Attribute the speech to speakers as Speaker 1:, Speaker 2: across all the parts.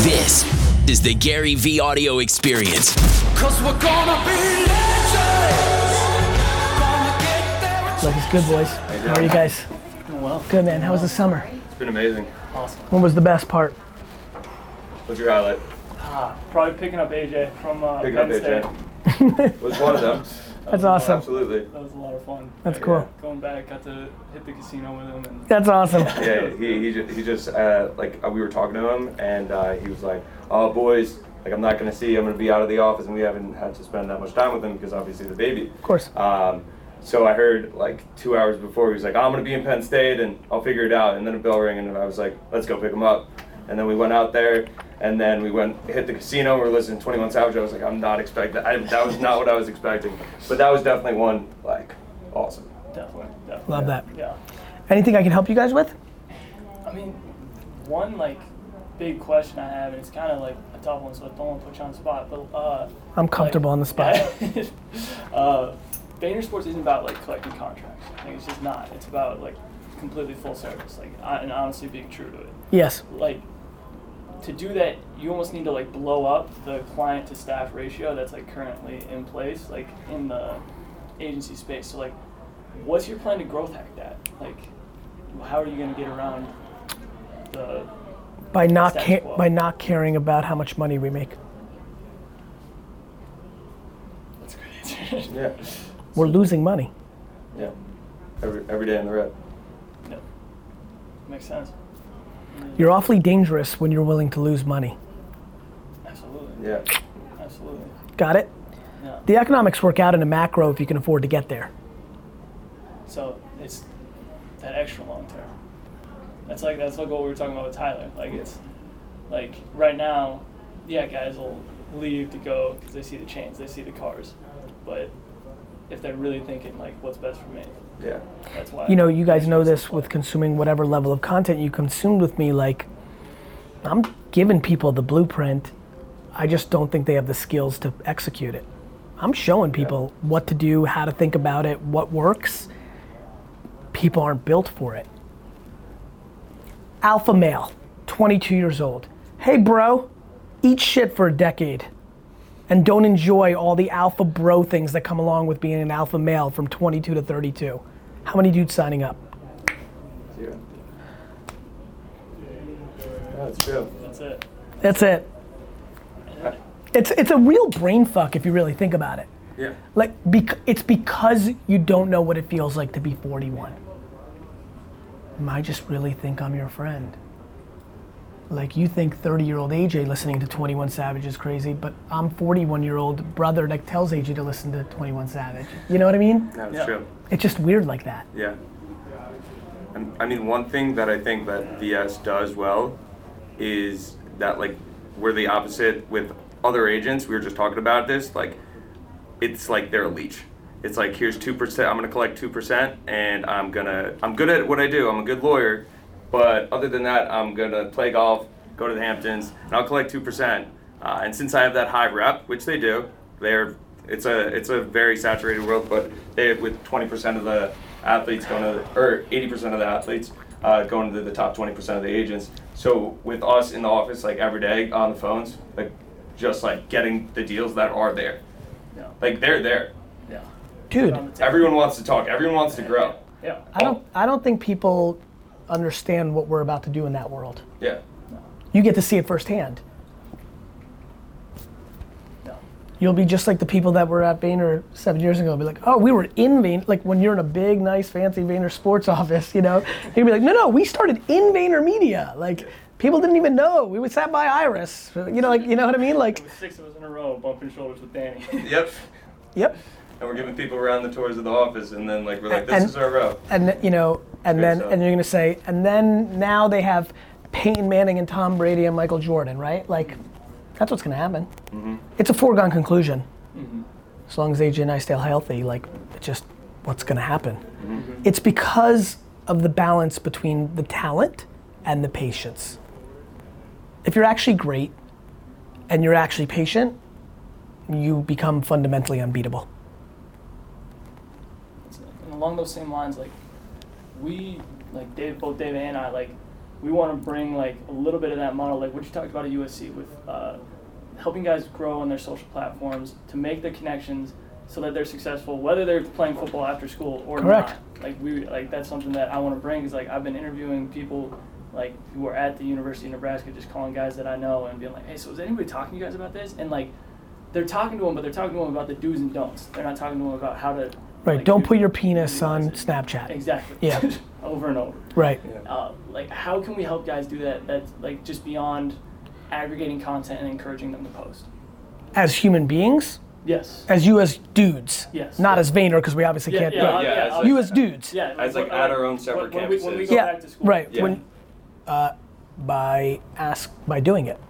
Speaker 1: This is the Gary V audio experience.
Speaker 2: Cause we're gonna be legends. Gonna get there and
Speaker 3: Life is good, boys. How are you guys?
Speaker 4: well.
Speaker 3: Good, man. How was the summer?
Speaker 5: It's been amazing.
Speaker 3: What was the best part?
Speaker 5: What's your highlight?
Speaker 4: Probably picking up AJ from uh,
Speaker 5: Picking
Speaker 4: Penn
Speaker 5: up
Speaker 4: State.
Speaker 5: AJ. Was one of them.
Speaker 3: That's awesome.
Speaker 5: Absolutely.
Speaker 4: That was a lot of fun.
Speaker 3: That's cool.
Speaker 4: Going back, got to hit the casino with him, and
Speaker 3: That's awesome.
Speaker 5: Yeah, he, he, ju- he just, uh, like, uh, we were talking to him, and uh, he was like, oh, boys, like, I'm not going to see you. I'm going to be out of the office, and we haven't had to spend that much time with him because obviously the baby.
Speaker 3: Of course.
Speaker 5: Um, so I heard, like, two hours before, he was like, "Oh, I'm going to be in Penn State, and I'll figure it out. And then a bell rang, and I was like, let's go pick him up. And then we went out there, and then we went hit the casino. We were listening to 21 Savage. I was like, I'm not expecting I, that. was not what I was expecting. But that was definitely one, like, awesome.
Speaker 4: definitely, definitely.
Speaker 3: Love that.
Speaker 4: Yeah.
Speaker 3: Anything I can help you guys with?
Speaker 4: I mean, one like big question I have, and it's kind of like a tough one, so I don't want to put you on the spot, but uh,
Speaker 3: I'm comfortable on the spot.
Speaker 4: uh, Vayner Sports isn't about like collecting contracts. Like, it's just not. It's about like completely full service, like I- and honestly being true to it.
Speaker 3: Yes.
Speaker 4: like to do that you almost need to like blow up the client to staff ratio that's like currently in place like in the agency space so like what's your plan to growth hack that like how are you going to get around the
Speaker 3: By not
Speaker 4: Status
Speaker 3: ca-
Speaker 4: quo.
Speaker 3: by not caring about how much money we make.
Speaker 4: that's a great answer
Speaker 5: Yeah.
Speaker 3: We're losing money.
Speaker 5: Yeah. Every, every day in the red.
Speaker 4: no makes sense
Speaker 3: You're awfully dangerous when you're willing to lose money.
Speaker 4: absolutely
Speaker 5: Yeah.
Speaker 4: absolutely
Speaker 3: Got it?
Speaker 4: yeah
Speaker 3: The economics work out in a macro if you can afford to get there.
Speaker 4: So it's that extra long term. That's like that's like what we were talking about with Tyler. Like it's like right now, yeah, guys will leave to go because they see the chains, they see the cars, but if they're really thinking like what's best for me,
Speaker 5: Yeah.
Speaker 4: that's why.
Speaker 3: you know, you guys know this with consuming whatever level of content you consumed with me. Like, I'm giving people the blueprint. I just don't think they have the skills to execute it. I'm showing people what to do, how to think about it, what works. People aren't built for it. Alpha male, 22 years old. Hey, bro, eat shit for a decade and don't enjoy all the alpha bro things that come along with being an alpha male from 22 to 32. How many dudes signing up?
Speaker 5: Zero. Yeah, it's true.
Speaker 4: That's it.
Speaker 3: That's it. It's it's a real brain fuck if you really think about it.
Speaker 5: Yeah.
Speaker 3: Like bec- it's because you don't know what it feels like to be 41. Am I just really think I'm your friend? Like you think 30-year-old AJ listening to 21 Savage is crazy, but I'm 41-year-old brother that tells AJ to listen to 21 Savage. You know what I mean?
Speaker 5: That's
Speaker 4: Yeah.
Speaker 5: true.
Speaker 3: It's just weird like that.
Speaker 5: Yeah. And, I mean, one thing that I think that VS does well is that, like, we're the opposite with other agents. We were just talking about this. Like, it's like they're a leech. It's like here's two percent. I'm gonna collect two percent, and I'm gonna I'm good at what I do. I'm a good lawyer, but other than that, I'm gonna play golf, go to the Hamptons, and I'll collect two percent. Uh, and since I have that high rep, which they do, they're it's a it's a very saturated world, but they with 20 percent of the athletes going to or 80 percent of the athletes uh, going to the top 20 percent of the agents. So with us in the office, like every day on the phones, like just like getting the deals that are there.
Speaker 4: Yeah.
Speaker 5: Like they're there.
Speaker 4: Yeah.
Speaker 3: Dude,
Speaker 4: On the table.
Speaker 5: Everyone wants to talk. Everyone wants to grow.
Speaker 4: Yeah.
Speaker 3: I don't I don't think people understand what we're about to do in that world.
Speaker 5: Yeah.
Speaker 3: You get to see it firsthand.
Speaker 4: Yeah.
Speaker 3: You'll be just like the people that were at Vayner seven years ago. Be like, oh, we were in Vayner. Like when you're in a big, nice, fancy Vayner sports office, you know, you'll be like, no, no, we started in Vayner Media. Like people didn't even know we was sat by Iris. You know, like you know what I mean? Like,
Speaker 4: It was six of us in a row bumping shoulders with Danny.
Speaker 5: Yep.
Speaker 3: yep.
Speaker 5: And we're giving people around the tours of the office, and then like we're like, this
Speaker 3: And-
Speaker 5: is our row.
Speaker 3: and th- you know, and
Speaker 5: Great
Speaker 3: then
Speaker 5: stuff.
Speaker 3: and you're gonna say, and then now they have Peyton Manning and Tom Brady and Michael Jordan, right? Like, that's what's gonna happen.
Speaker 4: Mm-hmm.
Speaker 3: It's a foregone conclusion. As long as AJ and I stay healthy, like, it's just what's gonna happen.
Speaker 4: Mm-hmm.
Speaker 3: It's because of the balance between the talent and the patience. If you're actually great and you're actually patient, you become fundamentally unbeatable.
Speaker 4: and along those same lines, like we, like Dave, both Dave and I, like we want to bring like a little bit of that model, like what you talked about at USC with uh, helping guys grow on their social platforms to make the connections so that they're successful, whether they're playing football after school or
Speaker 3: Correct.
Speaker 4: not. Like we like that's something that I want to bring is like I've been interviewing people like who are at the University of Nebraska, just calling guys that I know and being like, hey, so is anybody talking to you guys about this? And like they're talking to them, but they're talking to them about the do's and don'ts. They're not talking to them about how to.
Speaker 3: Right.
Speaker 4: like,
Speaker 3: don't
Speaker 4: do-
Speaker 3: put your penis
Speaker 4: do
Speaker 3: on
Speaker 4: this.
Speaker 3: Snapchat.
Speaker 4: Exactly.
Speaker 3: Yeah.
Speaker 4: over and over.
Speaker 3: Right.
Speaker 4: Uh, like, how can we help guys do that? That's like just beyond aggregating content and encouraging them to post.
Speaker 3: As human beings,
Speaker 4: Yes.
Speaker 3: as you as dudes.
Speaker 4: Yes.
Speaker 3: Not as Vayner because we obviously can't.
Speaker 5: yeah,
Speaker 3: do it.
Speaker 5: yeah,
Speaker 3: You as dudes.
Speaker 4: Yeah,
Speaker 5: As, like,
Speaker 4: when-
Speaker 5: at our own separate
Speaker 4: when, when We, when we
Speaker 5: campuses.
Speaker 4: go
Speaker 3: Yeah,
Speaker 4: back to school.
Speaker 3: right.
Speaker 5: Yeah.
Speaker 3: When uh, by ask by doing it.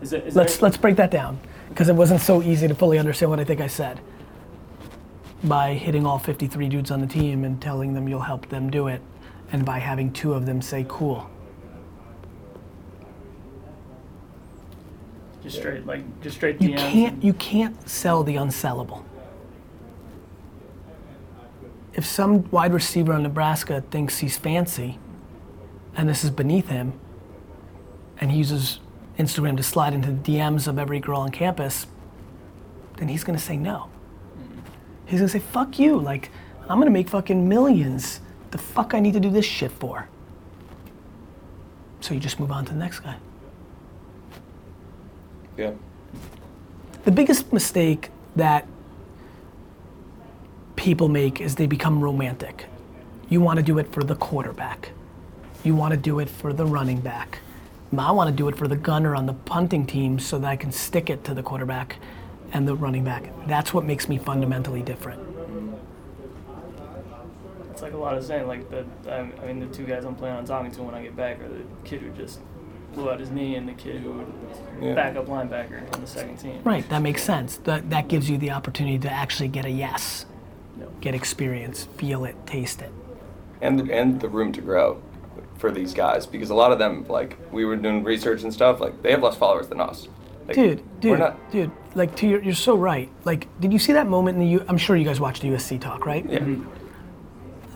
Speaker 4: Is it, is
Speaker 3: Let's
Speaker 4: there,
Speaker 3: let's break that down because it wasn't so easy to fully understand what I think I said. By hitting all 53 dudes on the team and telling them you'll help them do it, and by having two of them say cool.
Speaker 4: just straight like just straight
Speaker 3: You
Speaker 4: DMs.
Speaker 3: can't you can't sell the unsellable. If some wide receiver in Nebraska thinks he's fancy and this is beneath him and he uses Instagram to slide into the DMs of every girl on campus, then he's gonna say no. He's gonna say, fuck you, like I'm gonna make fucking millions. The fuck I need to do this shit for. So you just move on to the next guy.
Speaker 5: Yeah.
Speaker 3: the biggest mistake that people make is they become romantic. You want to do it for the quarterback. You want to do it for the running back. I want to do it for the gunner on the punting team so that I can stick it to the quarterback and the running back. That's what makes me fundamentally different.
Speaker 4: It's like a lot of saying. Like the um, I mean the two guys I'm planning on talking to when I get back are the kid who just blew out his knee and the kid who would backup linebacker on the second team.
Speaker 3: Right, that makes sense. That, that gives you the opportunity to actually get a yes, get experience, feel it, taste it.
Speaker 5: and and the room to grow for these guys because a lot of them like we were doing research and stuff like they have less followers than us Like,
Speaker 3: dude,
Speaker 5: we're
Speaker 3: dude,
Speaker 5: not
Speaker 3: dude. Like, to your, you're so right. Like, did you see that moment in the? U- I'm sure you guys watched the USC talk, right?
Speaker 5: yeah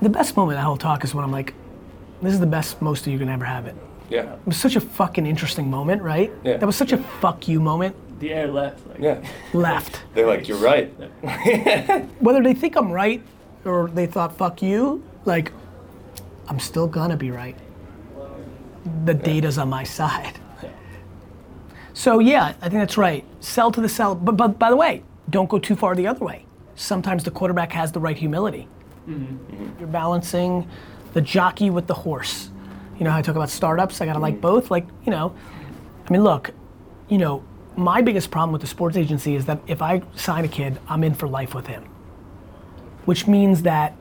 Speaker 3: The best moment of that whole talk is when I'm like, "This is the best most of you can ever have it."
Speaker 5: yeah
Speaker 3: It was such a fucking interesting moment, right?
Speaker 5: Yeah.
Speaker 3: That was such a fuck you moment.
Speaker 4: The air left. Like,
Speaker 5: yeah
Speaker 3: Left.
Speaker 5: they're like you're right
Speaker 3: Whether they think I'm right or they thought fuck you, like, I'm still gonna be right. The data's on my side. So yeah, I think that's right. Sell to the sell, but, but by the way, don't go too far the other way. Sometimes the quarterback has the right humility. You're balancing the jockey with the horse. You know how I talk about startups? I gotta like both. Like you know, I mean, look, you know, my biggest problem with the sports agency is that if I sign a kid, I'm in for life with him, which means that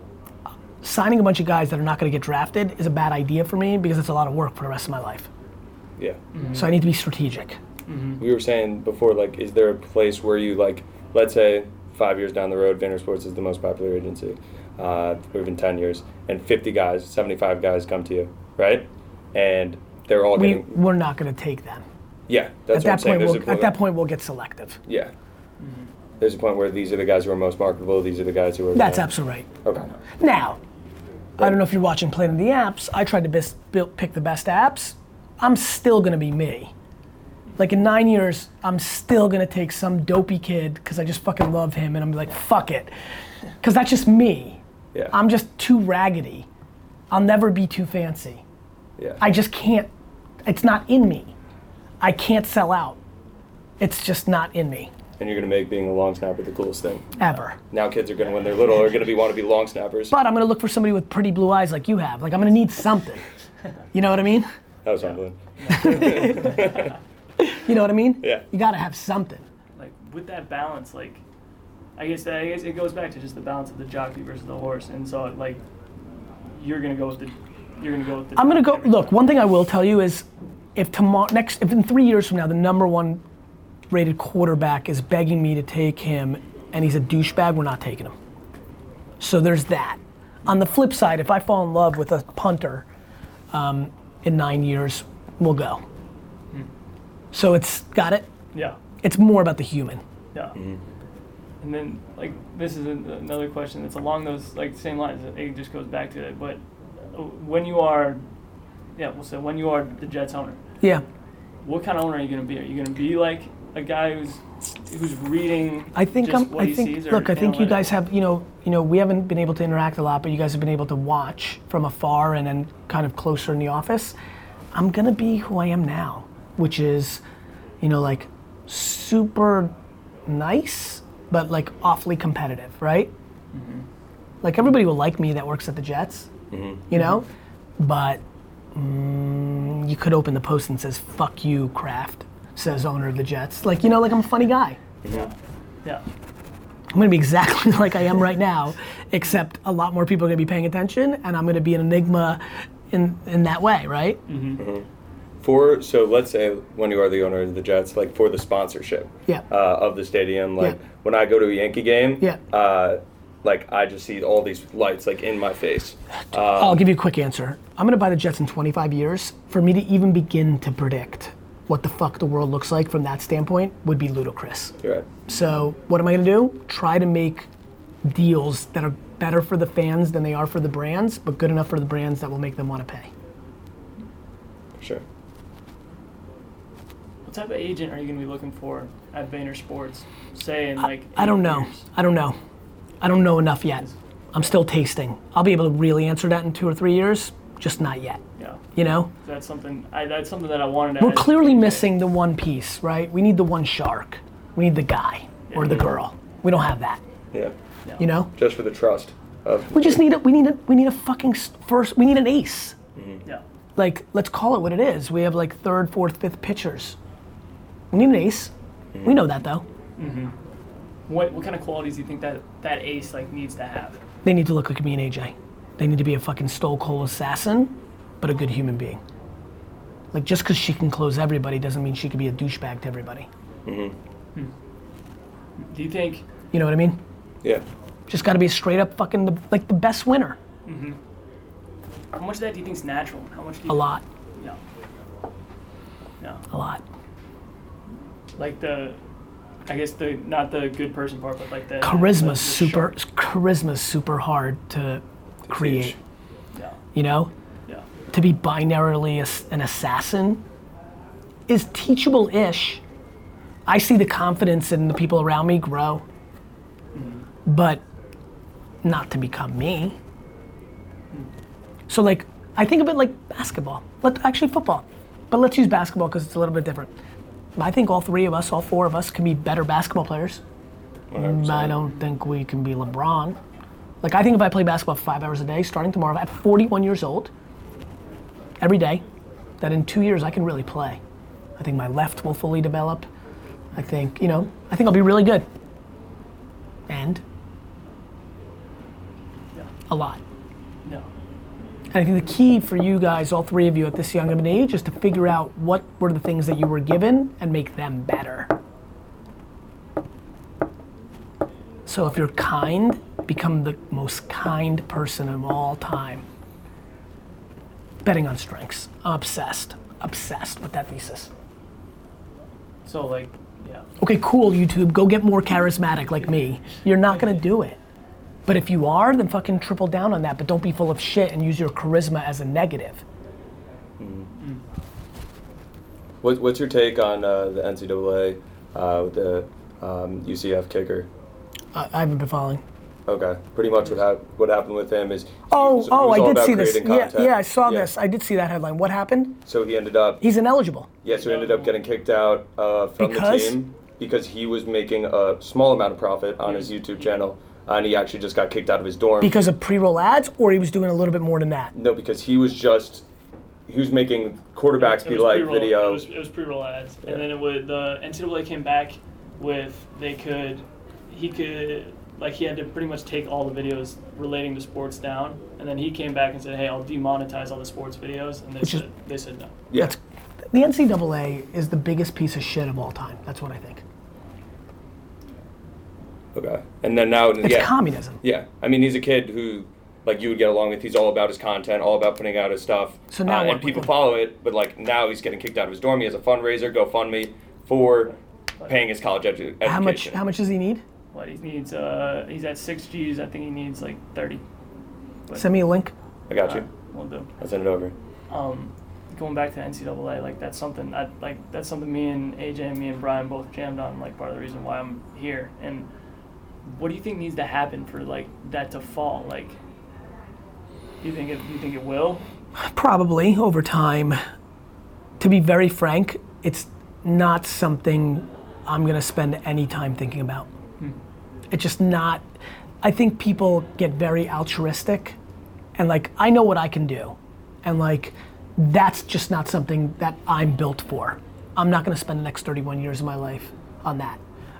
Speaker 3: signing a bunch of guys that are not gonna get drafted is a bad idea for me because it's a lot of work for the rest of my life.
Speaker 5: yeah
Speaker 3: So I need to be strategic.
Speaker 5: we were saying before like is there a place where you like let's say five years down the road Vayner Sports is the most popular agency uh, or even 10 years and 50 guys 75 guys come to you right and they're all
Speaker 3: we,
Speaker 5: getting
Speaker 3: we're not going to take them.
Speaker 5: yeah
Speaker 3: At
Speaker 5: that's what I'm
Speaker 3: that,
Speaker 5: saying
Speaker 3: point,
Speaker 5: There's
Speaker 3: we'll,
Speaker 5: a-
Speaker 3: at that point, we'll get selective.
Speaker 5: yeah there's a point where these are the guys who are most marketable these are the guys who are
Speaker 3: That's
Speaker 5: gonna-
Speaker 3: absolutely right.
Speaker 5: okay
Speaker 3: Now, I don't know if you're watching Planet of the Apps. I tried to best, build, pick the best apps. I'm still going to be me. Like in nine years, I'm still going to take some dopey kid because I just fucking love him and I'm like, fuck it. Because that's just me.
Speaker 5: Yeah.
Speaker 3: I'm just too raggedy. I'll never be too fancy.
Speaker 5: yeah.
Speaker 3: I just can't, it's not in me. I can't sell out. It's just not in me,
Speaker 5: and you're gonna make being a long snapper the coolest thing.
Speaker 3: ever.
Speaker 5: Now kids are gonna when they're little are gonna be want to be long snappers.
Speaker 3: but I'm gonna look for somebody with pretty blue eyes like you have. Like I'm gonna need something. You know what I mean?
Speaker 5: that was humbling.
Speaker 3: You know what I mean?
Speaker 5: Yeah.
Speaker 3: You gotta have something.
Speaker 4: like with that balance, like I guess I guess it goes back to just the balance of the jockey versus the horse, and so like you're gonna go with the you're gonna go with the.
Speaker 3: I'm gonna go. Look, one thing I will tell you is, if tomorrow, next, if in three years from now, the number one rated quarterback is begging me to take him, and he's a douchebag, we're not taking him. So there's that. On the flip side, if I fall in love with a punter um, in nine years, we'll go. So it's got it.
Speaker 4: Yeah,
Speaker 3: It's more about the human.
Speaker 4: yeah. And then like this is an- another question that's along those like same lines. It just goes back to it, but uh, when you are yeah, we'll say when you are the Jets owner,
Speaker 3: Yeah.
Speaker 4: what kind of owner are you going to be? Are you going to be like a guy who's who's reading?
Speaker 3: I think
Speaker 4: just
Speaker 3: I'm,
Speaker 4: what
Speaker 3: I
Speaker 4: he
Speaker 3: think
Speaker 4: sees or
Speaker 3: look, I think you
Speaker 4: analytics?
Speaker 3: guys have you know you know we haven't been able to interact a lot, but you guys have been able to watch from afar and then kind of closer in the office. I'm gonna be who I am now, which is, you know, like super nice, but like awfully competitive, right?
Speaker 4: Mm-hmm.
Speaker 3: Like everybody will like me that works at the Jets,
Speaker 4: Mm-hmm.
Speaker 3: you know, but mm, you could open the post and says "fuck you, Kraft," says owner of the Jets. Like you know, like I'm a funny guy.
Speaker 4: Yeah,
Speaker 3: I'm gonna be exactly like I am right now, except a lot more people are gonna be paying attention, and I'm gonna be an enigma in in that way, right?
Speaker 5: For so let's say when you are the owner of the Jets, like for the sponsorship
Speaker 3: Yeah.
Speaker 5: uh, of the stadium, like
Speaker 3: Yeah.
Speaker 5: when I go to a Yankee game,
Speaker 3: Yeah.
Speaker 5: uh, like I just see all these lights like in my face.
Speaker 3: I'll give you a quick answer. I'm gonna buy the Jets in 25 years. For me to even begin to predict what the fuck the world looks like from that standpoint would be ludicrous.
Speaker 5: You're right.
Speaker 3: So what am I gonna do? Try to make deals that are better for the fans than they are for the brands, but good enough for the brands that will make them want to pay.
Speaker 5: Sure.
Speaker 4: what type of agent are you going to be looking for at Vayner Sports? Say in like
Speaker 3: I don't
Speaker 4: eight
Speaker 3: know.
Speaker 4: years?
Speaker 3: I don't know. I don't know enough yet. I'm still tasting. I'll be able to really answer that in two or three years, just not yet.
Speaker 4: Yeah,
Speaker 3: You know?
Speaker 4: that's something. I, that's something that I wanted to.
Speaker 3: We're
Speaker 4: ask.
Speaker 3: clearly missing the one piece, right? We need the one shark. We need the guy or the girl. We don't have that.
Speaker 5: Yeah.
Speaker 3: You know?
Speaker 5: Just for the trust of
Speaker 3: We just need a we need a we need a fucking s- first we need an ace.
Speaker 4: Yeah.
Speaker 3: Like let's call it what it is. We have like third, fourth, fifth pitchers. We need an ace. We know that though.
Speaker 4: What what kind of qualities do you think that that ace like needs to have?
Speaker 3: They need to look like me and AJ. They need to be a fucking stole cold assassin, but a good human being. Like just because she can close everybody doesn't mean she could be a douchebag to everybody.
Speaker 4: Do you think?
Speaker 3: You know what I mean?
Speaker 5: yeah.
Speaker 3: Just got to be straight up fucking the, like the best winner.
Speaker 4: How much of that do you think is natural? How much? Do you,
Speaker 3: A lot,
Speaker 4: No. No.
Speaker 3: a lot.
Speaker 4: Like the, I guess the not the good person part, but like the the- the
Speaker 3: Charisma's super.
Speaker 4: sharp-
Speaker 3: Charisma's super hard to create.
Speaker 4: Yeah.
Speaker 3: You know,
Speaker 4: Yeah.
Speaker 3: to be binarily ass- an assassin is teachable-ish. I see the confidence in the people around me grow, but not to become me. So like, I think of it like basketball. Let actually football, but let's use basketball because it's a little bit different. I think all three of us, all four of us, can be better basketball players. I don't think we can be LeBron. Like I think if I play basketball five hours a day, starting tomorrow at 41 years old, every day, that in two years I can really play. I think my left will fully develop. I think you know. I think I'll be really good. And a lot.
Speaker 4: No.
Speaker 3: And I think the key for you guys, all three of you at this young of an age, is to figure out what were the things that you were given and make them better. So if you're kind, become the most kind person of all time. Betting on strengths. I'm obsessed, obsessed with that thesis.
Speaker 4: So like, yeah.
Speaker 3: Okay, cool, YouTube, go get more charismatic like me. You're not gonna do it. But if you are, then fucking triple down on that, but don't be full of shit and use your charisma as a negative.
Speaker 5: What, what's your take on uh, the NCAA, uh, with the um, UCF kicker?
Speaker 3: I, I haven't been following.
Speaker 5: Okay, pretty much what, hap- what happened with him is. it
Speaker 3: Oh,
Speaker 5: was- it
Speaker 3: oh,
Speaker 5: was all
Speaker 3: I did
Speaker 5: about
Speaker 3: see this.
Speaker 5: creating
Speaker 3: Yeah,
Speaker 5: content.
Speaker 3: yeah, I saw
Speaker 5: Yeah.
Speaker 3: this. I did see that headline. What happened?
Speaker 5: So he ended up.
Speaker 3: He's ineligible.
Speaker 5: Yeah, so he ended up getting kicked out uh, from
Speaker 3: Because?
Speaker 5: the team because he was making a small amount of profit on his YouTube channel, and he actually just got kicked out of his dorm.
Speaker 3: Because of pre-roll ads, or he was doing a little bit more than that.
Speaker 5: no, because he was just he was making quarterbacks be
Speaker 4: It was
Speaker 5: like
Speaker 4: pre-roll- It was,
Speaker 5: videos.
Speaker 4: it was pre-roll ads, and then it would the NCAA came back with they could, he could like he had to pretty much take all the videos relating to sports down, and then he came back and said, hey, I'll demonetize all the sports videos, and they
Speaker 3: Which is-
Speaker 4: said they said no.
Speaker 5: Yeah,
Speaker 3: That's, the NCAA is the biggest piece of shit of all time. That's what I think.
Speaker 5: okay. And then now,
Speaker 3: It's
Speaker 5: yeah,
Speaker 3: communism.
Speaker 5: yeah. I mean, he's a kid who like you would get along with. He's all about his content, all about putting out his stuff.
Speaker 3: So now
Speaker 5: uh,
Speaker 3: what
Speaker 5: and
Speaker 3: with
Speaker 5: people
Speaker 3: him?
Speaker 5: follow it, but like now he's getting kicked out of his dorm. He has a fundraiser, GoFundMe for paying his college edu- education.
Speaker 3: How much? How much does he need?
Speaker 4: What he needs, uh, he's at six Gs. I think he needs like thirty.
Speaker 3: Send me a link.
Speaker 5: I got you.
Speaker 4: We'll do.
Speaker 5: I'll send it over.
Speaker 4: Um, going back to NCAA, like that's something I like that's something me and AJ and me and Brian both jammed on, like part of the reason why I'm here. And what do you think needs to happen for like that to fall? Like do you think it do you think it will?
Speaker 3: Probably over time. To be very frank, it's not something I'm gonna spend any time thinking about. It's just not. I think people get very altruistic, and like I know what I can do, and like that's just not something that I'm built for. I'm not gonna spend the next 31 years of my life on that.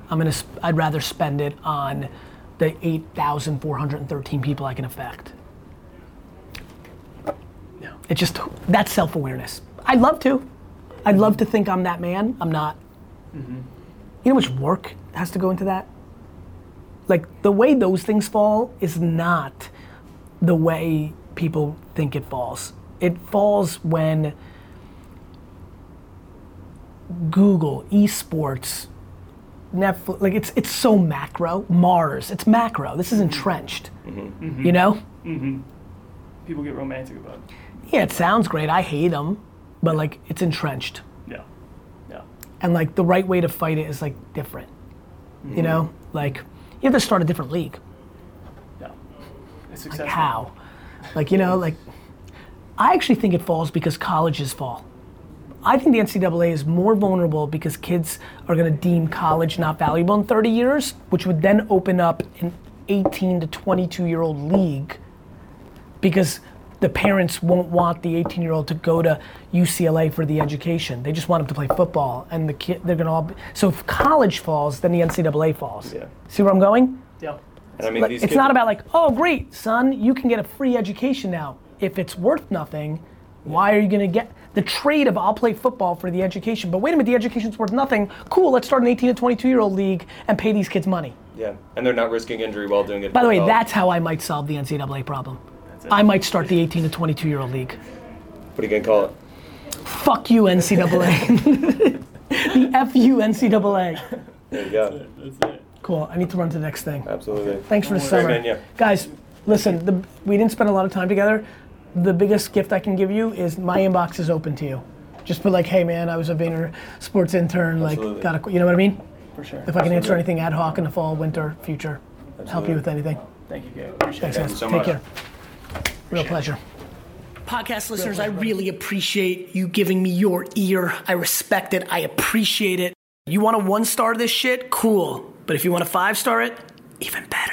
Speaker 3: I'm gonna. sp- I'd rather spend it on the 8,413 people I can affect. It just that's self awareness. I'd love to. I'd love to think I'm that man. I'm not. You know how much work has to go into that? Like the way those things fall is not the way people think it falls. It falls when Google, esports, Netflix, like it's it's so macro. Mars, it's macro. This is entrenched. You know?
Speaker 4: People get romantic about it.
Speaker 3: Yeah, it sounds great. I hate them, but like it's entrenched,
Speaker 4: Yeah. Yeah.
Speaker 3: and like the right way to fight it is like different. You know, like you have to start a different league.
Speaker 4: Yeah. It's
Speaker 3: Like
Speaker 4: successful.
Speaker 3: how? Like you know, like I actually think it falls because colleges fall. I think the NCAA is more vulnerable because kids are going to deem college not valuable in 30 years, which would then open up an 18 to 22 year old league because the parents won't want the 18 year old to go to UCLA for the education. They just want them to play football, and the kid they're going to all. Be, so if college falls, then the NCAA falls.
Speaker 4: Yeah.
Speaker 3: See where I'm going?
Speaker 4: Yeah.
Speaker 5: And I mean,
Speaker 3: Like,
Speaker 5: these
Speaker 3: it's
Speaker 5: kids-
Speaker 3: not about like, oh great, son, you can get a free education now. If it's worth nothing, why are you gonna get the trade of I'll play football for the education? But wait a minute, the education's worth nothing. Cool, let's start an 18 to 22 year old league and pay these kids money.
Speaker 5: Yeah, and they're not risking injury while doing it.
Speaker 3: By the way,
Speaker 5: Oh,
Speaker 3: that's how I might solve the NCAA problem.
Speaker 4: it.
Speaker 3: I might start the 18 to 22 year old league.
Speaker 5: What are you gonna call it?
Speaker 3: Fuck you, NCAA. the F you, NCAA.
Speaker 5: There you go.
Speaker 4: That's it.
Speaker 3: Cool, I need to run to the next thing.
Speaker 5: Absolutely.
Speaker 3: Thanks for the
Speaker 5: Great
Speaker 3: summer.
Speaker 5: menu.
Speaker 3: Guys, listen, the, we didn't spend a lot of time together. The biggest gift I can give you is my inbox is open to you. Just put like, hey man, I was a Vayner sports intern, like,
Speaker 5: Absolutely.
Speaker 3: got a, you know what I mean?
Speaker 4: For sure.
Speaker 3: If I can answer anything ad hoc in the fall, winter, future, help you with anything.
Speaker 4: Thank you, Gabe. Appreciate it.
Speaker 3: Thanks, guys.
Speaker 5: so
Speaker 3: Take
Speaker 5: much.
Speaker 3: care. Real pleasure. Podcast listeners, I really appreciate you giving me your ear. I respect it. I appreciate it. You want to one star this shit? Cool. But if you want to five star it, even better.